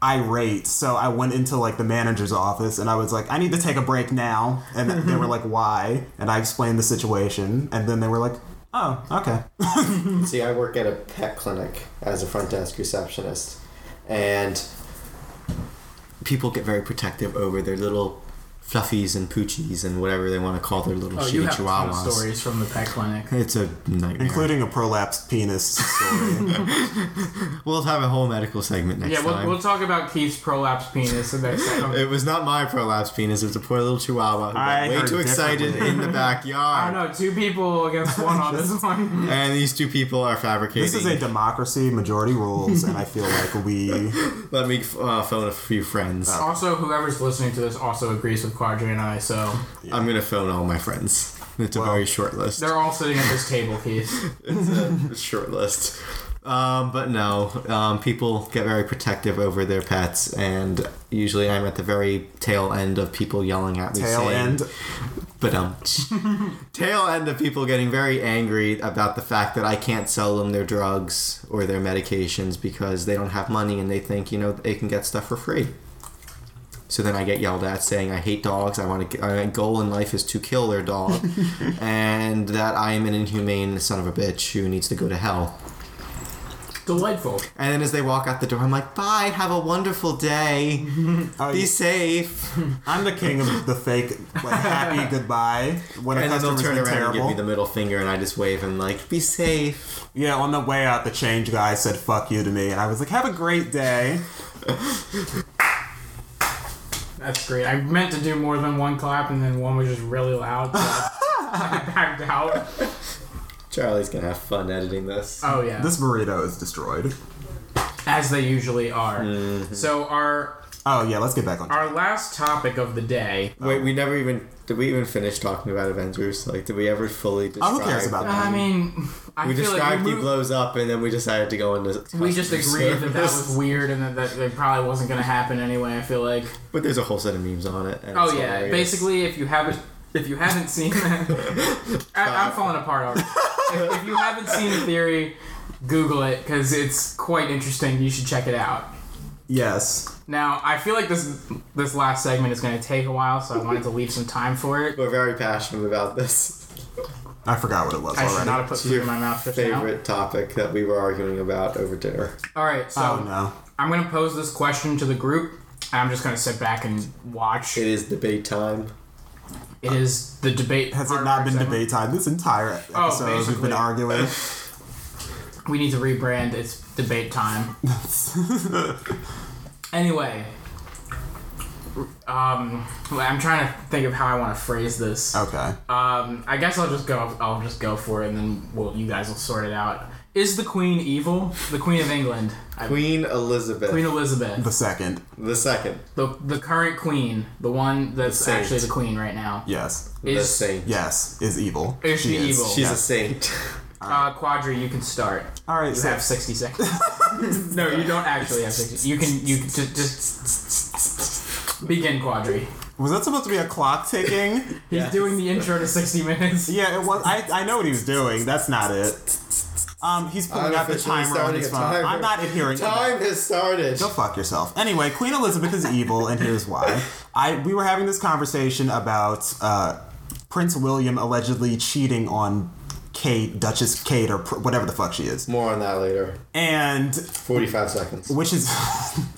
S2: irate, so I went into like the manager's office and I was like, I need to take a break now. And then they
S3: [LAUGHS]
S2: were like, Why? And I explained the situation, and then they were like, Oh, okay.
S6: See, I work at a pet clinic as a front desk receptionist, and people get very protective over their little fluffies and poochies and whatever they want to call their little
S4: Oh, you
S6: shitty
S4: have a ton of
S6: chihuahuas.
S4: stories from the pet clinic.
S6: It's a nightmare.
S2: Including a prolapsed
S3: [LAUGHS]
S2: penis story.
S3: We'll have a whole medical segment next
S4: Yeah,
S3: time.
S4: we'll, we'll talk about Keith's prolapse penis in the next time.
S3: [LAUGHS] it was not my prolapse penis. It was a poor little chihuahua who
S2: I
S3: got way
S2: heard
S3: too excited
S2: differently.
S3: in
S2: [LAUGHS]
S3: the
S4: I
S3: backyard.
S4: don't know, two people
S3: [LAUGHS]
S4: against one on this one.
S3: And these two people are fabricating.
S2: this is a democracy, majority rules, and I feel like we
S3: [LAUGHS] Let me uh, phone a few friends.
S4: Also, whoever's listening to this also agrees with Quadri and I, so
S3: I'm gonna phone all my friends. It's a very short list.
S4: they're all sitting at this table,
S3: [LAUGHS]
S4: Keith.
S3: it's
S2: [LAUGHS]
S3: a short list. Um, but no, um, people get very protective over their pets, and usually I'm at the very tail end of people yelling at me.
S2: tail
S3: saying,
S2: end.
S3: But
S2: [LAUGHS]
S3: um, tail end of people getting very angry about the fact that I can't sell them their drugs or their medications because they don't have money and they think you know they can get stuff for free. So then I get yelled at saying I hate dogs. I want to. My goal in life is to kill their
S2: [LAUGHS]
S3: dog, and that I am an inhumane son of a bitch who needs to go to hell.
S4: Delightful.
S3: And then as they walk out the door, I'm like, "Bye. Have a wonderful day.
S2: Oh, [LAUGHS]
S3: Be safe."
S2: I'm the king of the fake, like
S3: [LAUGHS]
S2: happy goodbye when a
S3: And then they'll
S2: customer's
S3: turn
S2: been
S3: around
S2: terrible.
S3: and give me the middle finger, and I just wave and like, "Be safe."
S2: Yeah, on the way out, the change guy said "fuck you" to me, and I was like, "Have a great day."
S4: That's great. I meant to do more than one clap, and then one was just really
S3: [LAUGHS]
S4: loud. So I backed out.
S3: Charlie's gonna have fun editing this.
S4: Oh yeah,
S2: This burrito is destroyed.
S4: as they usually are.
S3: Mm-hmm.
S4: So our
S2: Oh yeah, let's get back on. Track.
S4: our last topic of the day.
S3: Wait, we never even did we even finish talking about Avengers? Like, did we ever fully describe?
S2: Oh, who cares about
S4: I
S2: that?
S4: mean, I
S3: Mm-hmm. We
S4: feel like
S3: described
S4: we,
S3: he
S4: moved-
S3: blows up, and then we decided to go into.
S4: we just agreed that that was weird and that, that it probably wasn't going to happen anyway. I feel like.
S3: But there's a whole set of memes on it. and
S4: Oh
S3: it's
S4: yeah,
S3: hilarious.
S4: basically, if you haven't if you haven't seen
S2: [LAUGHS]
S4: that, I, I'm falling apart already. if, if you haven't seen the theory, Google it because it's quite interesting. You should check it out.
S2: Yes,
S4: Now, I feel like this this last segment is going to take a while, so I wanted to leave some time for it.
S3: we're very passionate about this.
S2: I forgot what it was
S4: I should
S2: already.
S4: not have put
S3: It's
S4: food in my mouth just
S3: favorite topic that we were arguing about over dinner.
S4: now. All right, so
S2: Oh no,
S4: I'm going to pose this question to the group. and I'm just going to sit back and watch.
S3: It is debate time.
S4: It is the debate.
S2: has
S4: part
S2: it
S4: of
S2: not
S4: our
S2: been
S4: segment.
S2: debate time this entire episode? we've
S4: Oh, basically. [LAUGHS]
S2: been arguing.
S4: We need to rebrand. It's debate time. anyway, um, I'm trying to think of how I want to phrase this.
S2: Okay.
S4: Um, I guess I'll just go. I'll just go for it, and then we'll, you guys will sort it out. Is the Queen evil? The Queen of England, I-
S3: Queen Elizabeth
S4: Queen Elizabeth,
S2: The second.
S3: the second,
S4: the the current Queen, the one that's
S3: saint.
S4: actually the Queen right now,
S2: Yes.
S3: the
S4: is
S3: saint.
S2: Yes. Is evil.
S4: Is she
S2: Oh,
S4: evil?
S3: She's a saint.
S4: uh, Quadri. You can start.
S2: All right.
S4: You
S2: So,
S4: have sixty seconds.
S2: [LAUGHS]
S4: no, you don't actually have sixty. You can you can just just begin Quadri.
S2: was that supposed to be a clock ticking?
S4: [LAUGHS] He's doing the intro to sixty
S2: [LAUGHS]
S4: minutes.
S2: yeah. It was. I, I know what he was doing. That's not it. Um, he's pulling
S3: [LAUGHS] I'm
S2: out the
S3: officially
S2: timer on
S3: starting
S2: his
S3: a
S2: phone.
S3: timer.
S2: I'm not adhering. to that.
S3: Time has started.
S2: Go fuck yourself. Anyway, Queen Elizabeth is evil, and here's why. I we were having this conversation about uh, Prince William allegedly cheating on Kate, Duchess Kate, or pr- whatever the fuck she is,
S3: More on that later.
S2: and
S3: 45 seconds.
S2: which is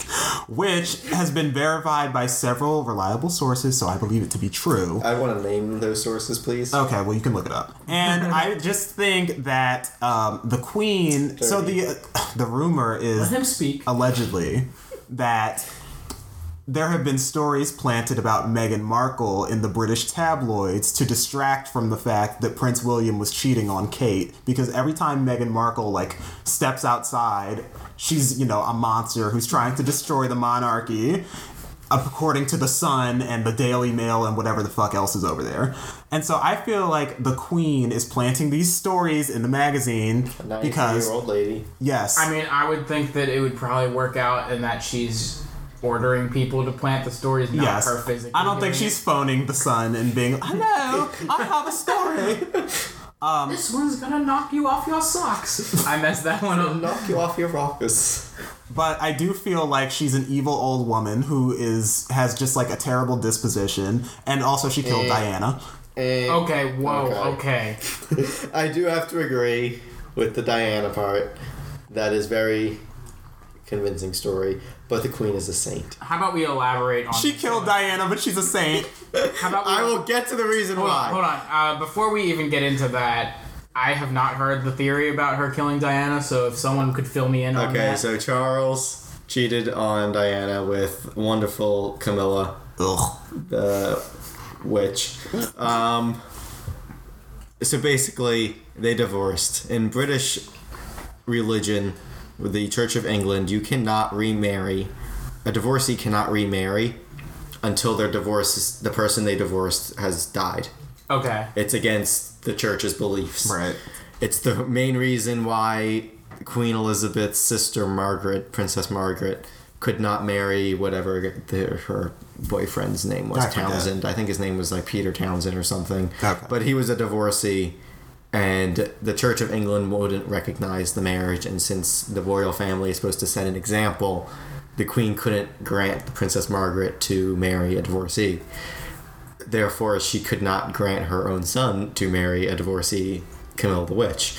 S2: [LAUGHS] which has been verified by several reliable sources, so I believe it to be true.
S3: I want to name those sources, please.
S2: Okay, well, you can look it up.
S4: [LAUGHS]
S2: And I just think that um, the Queen. So the uh, the rumor is
S4: Let him speak.
S2: allegedly that there have been stories planted about Meghan Markle in the British tabloids to distract from the fact that Prince William was cheating on Kate because every time Meghan Markle like steps outside, she's, you know, a monster who's trying to destroy the monarchy according to the Sun and the Daily Mail and whatever the fuck else is over there. And so I feel like the queen is planting these stories in the magazine because
S3: year old lady.
S2: yes.
S4: I mean, I would think that it would probably work out and that she's ordering people to plant the stories, not
S2: Yes.
S4: her physically.
S2: I don't
S4: doing
S2: think she's phoning the sun and being,
S4: [LAUGHS]
S2: hello, I have a story. um,
S4: it. This one's gonna knock you off your
S2: [LAUGHS]
S4: socks. I messed that one up.
S3: Knock you off your rockers.
S2: But I do feel like she's an evil old woman who is has just like a terrible disposition, and also she
S4: Eh.
S2: killed Diana.
S3: And
S4: Okay, whoa, okay.
S3: I do have to agree with the Diana part. That is very convincing story. But the queen is a saint.
S4: How about we elaborate on?
S2: She killed Diana, but she's a
S4: [LAUGHS]
S2: saint.
S4: How about we,
S3: I will get to the reason
S4: hold on?
S3: why.
S4: Hold on. Uh, before we even get into that, I have not heard the theory about her killing Diana. So if someone could fill me in on
S3: Okay,
S4: that,
S3: so Charles cheated on Diana with wonderful Camilla,
S2: Ugh.
S3: the witch. Um, so basically, they divorced. In British religion, with the Church of England, you cannot remarry. A divorcee cannot remarry until their divorce, is- the person they divorced has died.
S4: okay,
S3: It's against the church's beliefs.
S2: Right.
S3: It's the main reason why Queen Elizabeth's sister Margaret, Princess Margaret, could not marry whatever the, her boyfriend's name was
S2: I forget.
S3: Townsend. I think his name was like Peter Townsend or something.
S2: Okay.
S3: But he was a divorcee, and the Church of England wouldn't recognize the marriage. And since the royal family is supposed to set an example, the Queen couldn't grant Princess Margaret to marry a divorcee therefore she could not grant her own son to marry a divorcee Camille the Witch.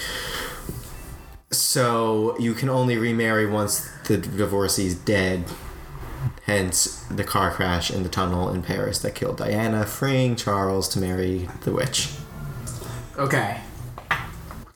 S3: So you can only remarry once the divorcee's dead. Hence the car crash in the tunnel in Paris that killed Diana, freeing Charles to marry the witch.
S4: okay.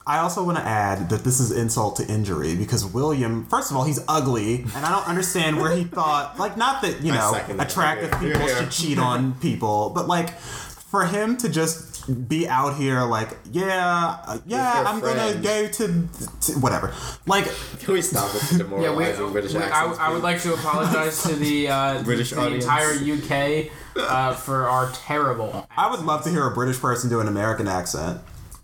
S2: I also want to add that this is insult to injury because William, first of all, he's ugly, and I don't understand where
S3: [LAUGHS]
S2: he thought like not that you know
S3: second that.
S2: attractive
S3: Yeah,
S2: people
S3: yeah.
S2: should
S3: [LAUGHS]
S2: cheat on people, but like for him to just be out here like yeah uh, yeah
S3: their
S2: I'm gonna
S3: friend.
S2: go to, to whatever like
S3: [LAUGHS] Can we stop [LAUGHS] with the
S4: Yeah, we,
S3: demoralizing British
S4: we- I,
S3: accents?
S4: I would like to apologize to the uh,
S3: [LAUGHS] British
S4: the
S3: audience.
S4: entire UK uh, for our terrible.
S2: I would love to hear a British person do an American accent.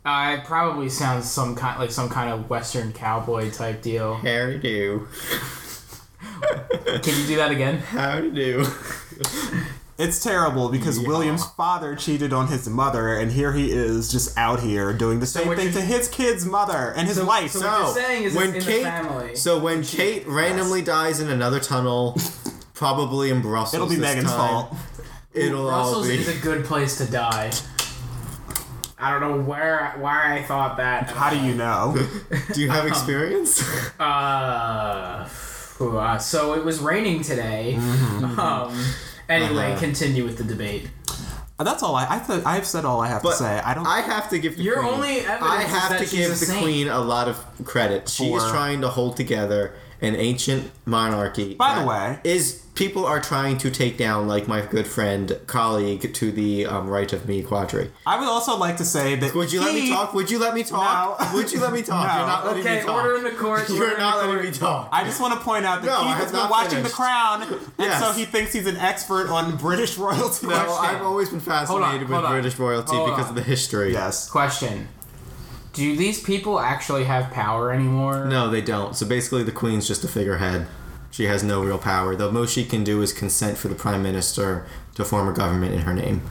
S4: I probably sounds some kind like some kind of Western cowboy type deal.
S3: Howdy do. [LAUGHS]
S4: Can you do that again?
S3: Howdy [LAUGHS] do.
S2: It's terrible because William's father cheated on his mother, and here he is just out here doing the same
S4: what
S2: thing
S4: you-
S2: to his kid's mother and his wife.
S4: so what you're saying is it's in the family.
S3: So when Kate randomly dies in another tunnel, probably in Brussels.
S2: It'll be
S3: this
S2: Megan's
S3: time,
S2: fault.
S3: It'll all
S4: Brussels
S3: be.
S4: is a good place to die. I don't know where why I thought that.
S2: How do you know?
S3: [LAUGHS] Do you [LAUGHS] have experience?
S4: Uh, [SIGHS] phew, uh, [LAUGHS]
S3: Mm-hmm. Uh-huh.
S4: so it was raining today. Um, anyway, continue with the debate.
S2: [LAUGHS] That's all I. I th- I've said all I have
S3: But
S2: to say. I don't.
S3: I have to give the
S4: Your
S3: queen.
S4: only evidence
S3: I
S4: is
S3: have
S4: that
S3: to
S4: she's
S3: give
S4: a
S3: the
S4: saint.
S3: queen a lot of credit. She is
S2: For-
S3: trying to hold together an ancient monarchy.
S2: By the
S3: that
S2: way-
S3: is people are trying to take down like my good friend colleague to the um, right of me quadri.
S2: I would also like to say that.
S3: Would you let me
S2: he-
S3: talk? Would you let me talk?
S2: No.
S3: Would you let me talk?
S2: No.
S3: You're not letting
S4: Okay,
S3: me talk.
S4: order in the court, order
S3: You're
S4: in
S3: not
S4: the
S3: letting me
S4: court.
S3: talk.
S2: I just want to point out that
S3: No, I
S2: Keith
S3: have
S2: has been
S3: not
S2: watching
S3: finished.
S2: The Crown, and
S3: Yes.
S2: so he thinks he's an expert on British royalty.
S3: No, I've always been fascinated with
S4: hold on.
S3: British royalty
S4: Hold
S3: because
S4: on.
S3: of the history.
S2: [LAUGHS] yes.
S4: Question: Do these people actually have power anymore?
S3: No, they don't. So basically, the queen's just a figurehead. She has no real power. The most she can do is consent for the prime minister to form a government in her name.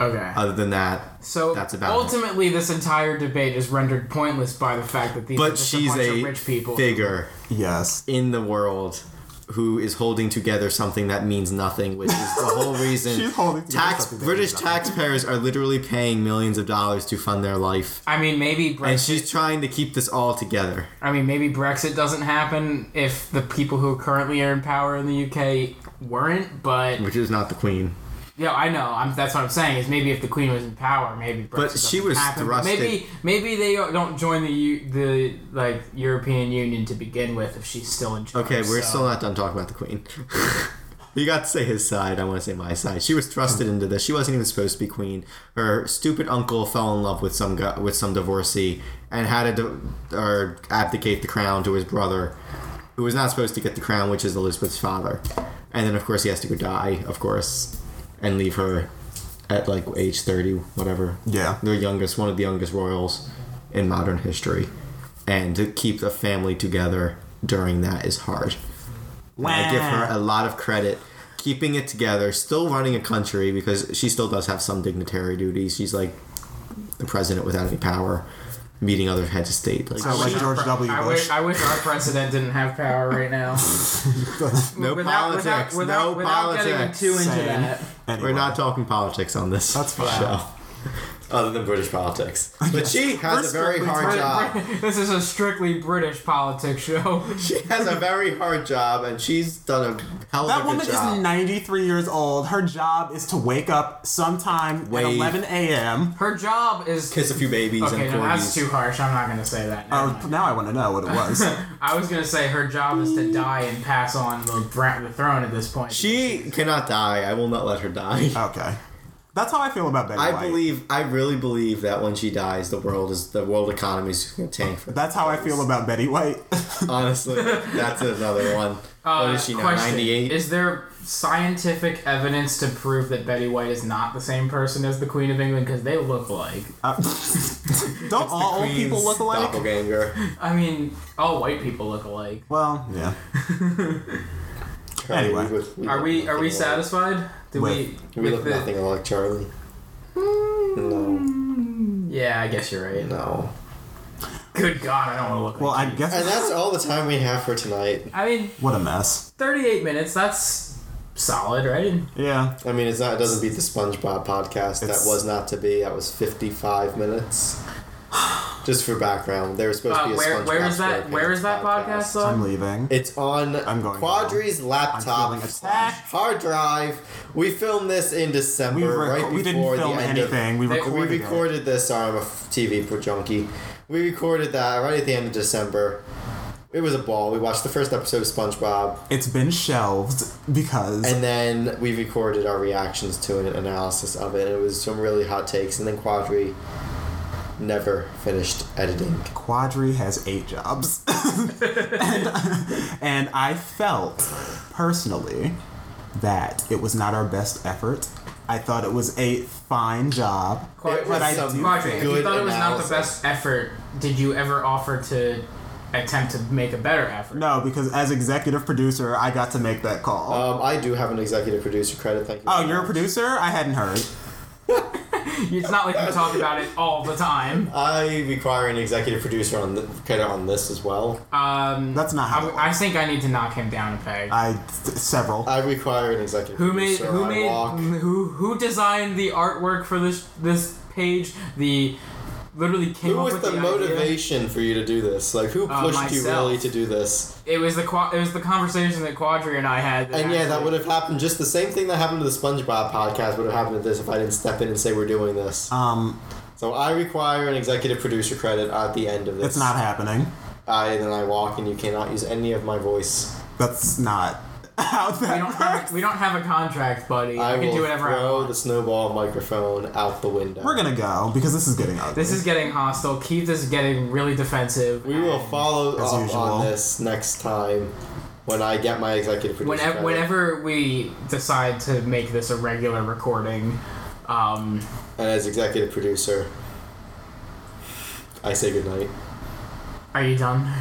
S4: Okay.
S3: Other than that,
S4: so
S3: Uh, that's about it.
S4: ultimately, this entire debate is rendered pointless by the fact that these are
S3: But
S4: just
S3: she's
S4: a, bunch
S3: a
S4: of rich people.
S3: figure
S2: Yes.
S3: in the world who is holding together something that means nothing, which is
S4: [LAUGHS]
S3: the whole reason.
S2: She's holding together
S3: tax
S2: something that
S3: British
S2: means nothing.
S3: taxpayers are literally paying millions of dollars to fund their life,
S4: I mean, maybe
S3: and
S4: Brexit.
S3: she's trying to keep this all together.
S4: I mean, maybe Brexit doesn't happen if the people who currently are in power in the UK weren't. But
S3: Which is not the queen.
S4: yeah, I know. I'm, that's what I'm saying is maybe if the Queen was in power, maybe. Brexit
S3: But she
S4: doesn't
S3: was
S4: happen. But
S3: thrusted-
S4: Maybe maybe they don't join the U- the like European Union to begin with if she's still in charge.
S3: Okay, we're
S4: so-
S3: still not done talking about the queen. you got to say his side. I want to say my side. She was thrusted into this. She wasn't even supposed to be queen. Her stupid uncle fell in love with some guy, with some divorcee and had to di- or abdicate the crown to his brother, who was not supposed to get the crown, which is Elizabeth's father. And then of course he has to go die, of course, and leave her at like age thirty, whatever.
S2: Yeah.
S3: the youngest, one of the youngest royals in modern history, and to keep the family together during that is hard. And I give her a lot of credit. Keeping it together, still running a country because she still does have some dignitary duties. She's like the president without any power, meeting other heads of state. Like,
S2: So like
S4: wish-
S2: George W.
S4: I
S2: Bush.
S4: wish, I wish our president didn't have power right now.
S3: [LAUGHS] no politics. no politics.
S4: getting too into
S2: Same.
S4: that.
S2: Anyway.
S3: We're not talking politics on this
S2: That's fine.
S3: show. [LAUGHS] Other than British politics. But she has a
S2: We're
S3: very
S2: strictly
S3: hard
S4: [LAUGHS]
S3: job.
S4: This is a strictly British politics show. [LAUGHS]
S3: She has a very hard job, and she's done a hell of
S2: That
S3: a
S2: woman
S3: good job.
S2: is 93 years old. Her job is to wake up sometime
S3: Wave.
S2: at 11 a.m.
S4: Her job is.
S3: Kiss a few babies
S4: okay,
S3: and
S4: no, that's
S3: corgis.
S4: too harsh. I'm not going to say that. Never
S2: Oh,
S4: mind.
S2: now I want to know what
S3: [LAUGHS]
S2: it was.
S4: I was going to say her job is to die and pass on the, bra- the throne at this point.
S3: she cannot die. I will not let
S4: [LAUGHS]
S3: her die.
S2: okay. That's how I feel about Betty
S3: I
S2: White.
S3: believe, I really believe that when she dies, the world is the world economy is going to tank. For
S2: [LAUGHS] That's how I feel about Betty White.
S3: [LAUGHS]
S2: [LAUGHS]
S3: honestly, that's another one.
S4: Uh,
S3: what is she now?
S4: question.
S3: Ninety eight.
S4: Is there scientific evidence to prove that Betty White is not the same person as the Queen of England? Because they look like.
S3: [LAUGHS]
S2: Uh, don't all old people look alike?
S3: Doppelganger.
S4: I mean, all white people look alike.
S2: Well, yeah. [LAUGHS]
S3: Charlie,
S2: Anyway.
S3: look-
S4: Are
S3: look
S4: we are we
S3: nothing alike.
S4: satisfied? Do we
S2: With-
S3: We look nothing alike, Charlie.
S2: Hmm.
S3: No,
S4: Yeah, I guess you're right.
S3: no.
S4: Good God, I don't want to look.
S2: Well,
S4: like
S2: I
S4: you.
S3: And
S2: guess.
S3: that's all the time we have for tonight.
S4: I mean,
S2: What a mess.
S4: 38 minutes. That's solid, right?
S2: Yeah.
S3: I mean, it's not. It doesn't beat the SpongeBob podcast.
S2: It's-
S3: that was not to be. That was fifty-five minutes. Just for background, there was supposed to
S4: Uh,
S3: be a
S4: where
S3: SpongeBob.
S4: where is that? Where is that podcast? though?
S2: I'm leaving.
S3: It's on
S2: I'm going
S3: Quadri's
S2: I'm
S3: laptop
S2: feeling
S3: slash
S2: attacked.
S3: hard drive. We filmed this in December,
S2: We, rec-
S3: right before
S2: we didn't film
S3: the end of-
S2: anything. We
S4: They- we
S2: recorded.
S3: we
S2: it.
S3: recorded this. Sorry, I'm a f- TV pro junkie. We recorded that right at the end of December. It was a ball. We watched the first episode of SpongeBob,
S2: It's been shelved because
S3: and then we recorded our reactions to it and analysis of it. It was some really hot takes, and then Quadri never finished editing.
S2: Quadri has eight jobs. [LAUGHS] and, and I felt personally that it was not our best effort. I thought it was a fine job.
S4: Quadri,
S3: It was
S4: I
S3: some
S4: Quadri, if you
S3: good
S4: thought it was
S3: analysis.
S4: not the best effort, did you ever offer to attempt to make a better effort?
S2: No, because as executive producer, I got to make that call.
S3: Um, I do have an executive producer credit. Thank you.
S2: oh,
S3: very
S2: you're a
S3: much.
S2: producer? I hadn't heard.
S4: It's not like you talk about it all the time.
S3: I require an executive producer on the credit on this as well.
S4: Um,
S2: That's not how it
S4: I, I think I need to knock him down a peg.
S2: I several.
S3: I require an executive
S4: Who made
S3: producer.
S4: who
S3: I
S4: made
S3: walk.
S4: who who designed the artwork for this this page? The literally came
S3: Who
S4: up
S3: was
S4: with
S3: the
S4: idea.
S3: motivation for you to do this? Like, who
S4: Uh,
S3: pushed you
S4: myself.
S3: really to do this?
S4: It was the qua- it was the conversation that Quadri and I had.
S3: And yeah, that
S4: actually-
S3: would have happened. Just the same thing that happened to the SpongeBob podcast would have happened to this if I didn't step in and say we're doing
S4: Uh.
S3: this.
S2: Um,
S3: So I require an executive producer credit at the end of this.
S2: it's not happening.
S3: I then I walk and you cannot use any of my voice.
S2: That's not how that
S4: We don't have we don't have a contract, buddy. I,
S3: I
S4: can
S3: will
S4: do whatever I
S3: throw
S4: want.
S3: the snowball microphone out the window.
S2: We're gonna go because this is getting ugly.
S4: This is getting hostile. Keith is getting really defensive. Um,
S3: We will
S4: and
S3: follow
S2: As
S3: up
S2: usual.
S3: on this next time when I get my executive producer.
S4: Whenever,
S3: credit.
S4: whenever we decide to make this a regular recording, um,
S3: and as executive producer, I say goodnight.
S4: Are you done?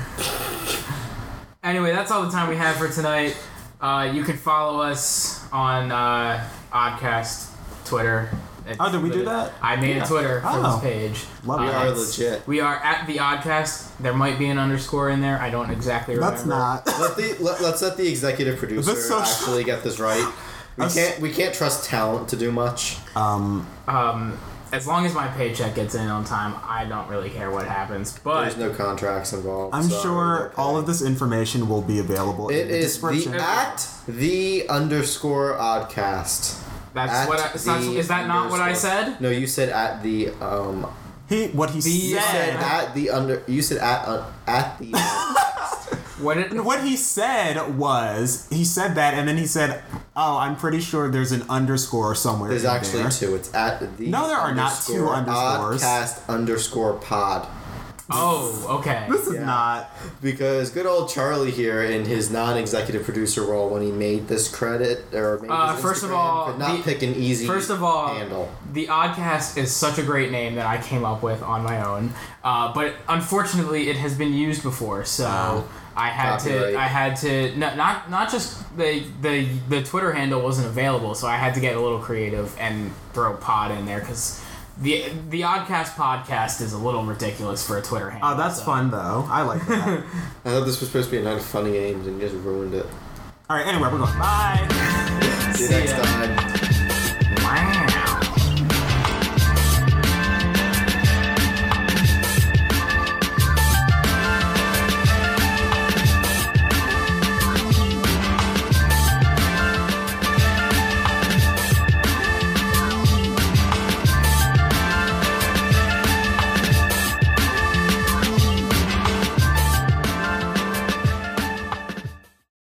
S4: anyway, that's all the time we have for tonight. Uh, you can follow us on uh, Oddcast Twitter. It's
S2: Oh, did we do that?
S4: I made a Twitter for
S2: Oh.
S4: this page.
S2: Love
S3: We
S2: it.
S3: are
S4: it's-
S3: legit.
S4: We are at the Oddcast. There might be an underscore in there. I don't exactly remember.
S2: That's not.
S3: Let the let, let's let the executive producer
S2: That's so-
S3: actually get this right. We
S2: That's-
S3: can't we can't trust talent to do much.
S2: [LAUGHS] Um,
S4: Um, as long as my paycheck gets in on time, I don't really care what happens. But
S3: There's no contracts involved.
S2: I'm
S3: Sorry,
S2: sure
S3: okay.
S2: all of this information will be available in
S3: It
S2: the
S3: is
S2: description.
S3: the at the underscore oddcast.
S4: that's
S3: At
S4: what. I, so that's-
S3: the
S4: is that not what I
S3: underscore-
S4: said?
S3: No, you said at the um.
S2: he what he
S4: The-
S3: You said
S2: said.
S3: at the under. You said at uh, at the.
S4: What?
S2: [LAUGHS]
S4: Did,
S2: What he said was he said that, and then he said, "Oh, I'm pretty sure there's an underscore somewhere."
S3: There's
S2: in
S3: actually
S2: there.
S3: two. It's at the.
S2: No, there are not two
S3: underscore
S2: underscores.
S3: Oddcast underscore pod.
S4: Oh, okay.
S2: This is not.
S3: Because good old Charlie here in his non-executive producer role, when he made this credit or made
S4: Uh,
S3: his
S4: first of
S3: Instagram,
S4: all,
S3: could not
S4: the-
S3: pick an easy.
S4: First of all,
S3: handle.
S4: the Oddcast is such a great name that I came up with on my own, uh, but unfortunately, it has been used before, so I had
S3: Copyright.
S4: to. I had to no, not not just the the the Twitter handle wasn't available, so I had to get a little creative and throw pod in there because. The, the Oddcast podcast is a little ridiculous for a Twitter handle.
S2: Oh, that's
S4: so-
S2: fun though. I like
S3: [LAUGHS]
S2: that.
S3: I thought this was supposed to be a night of fun and games, and you just ruined it.
S2: all right. Anyway, we're going. Bye.
S3: See you
S4: See
S3: next
S4: ya.
S3: time.
S4: Wow.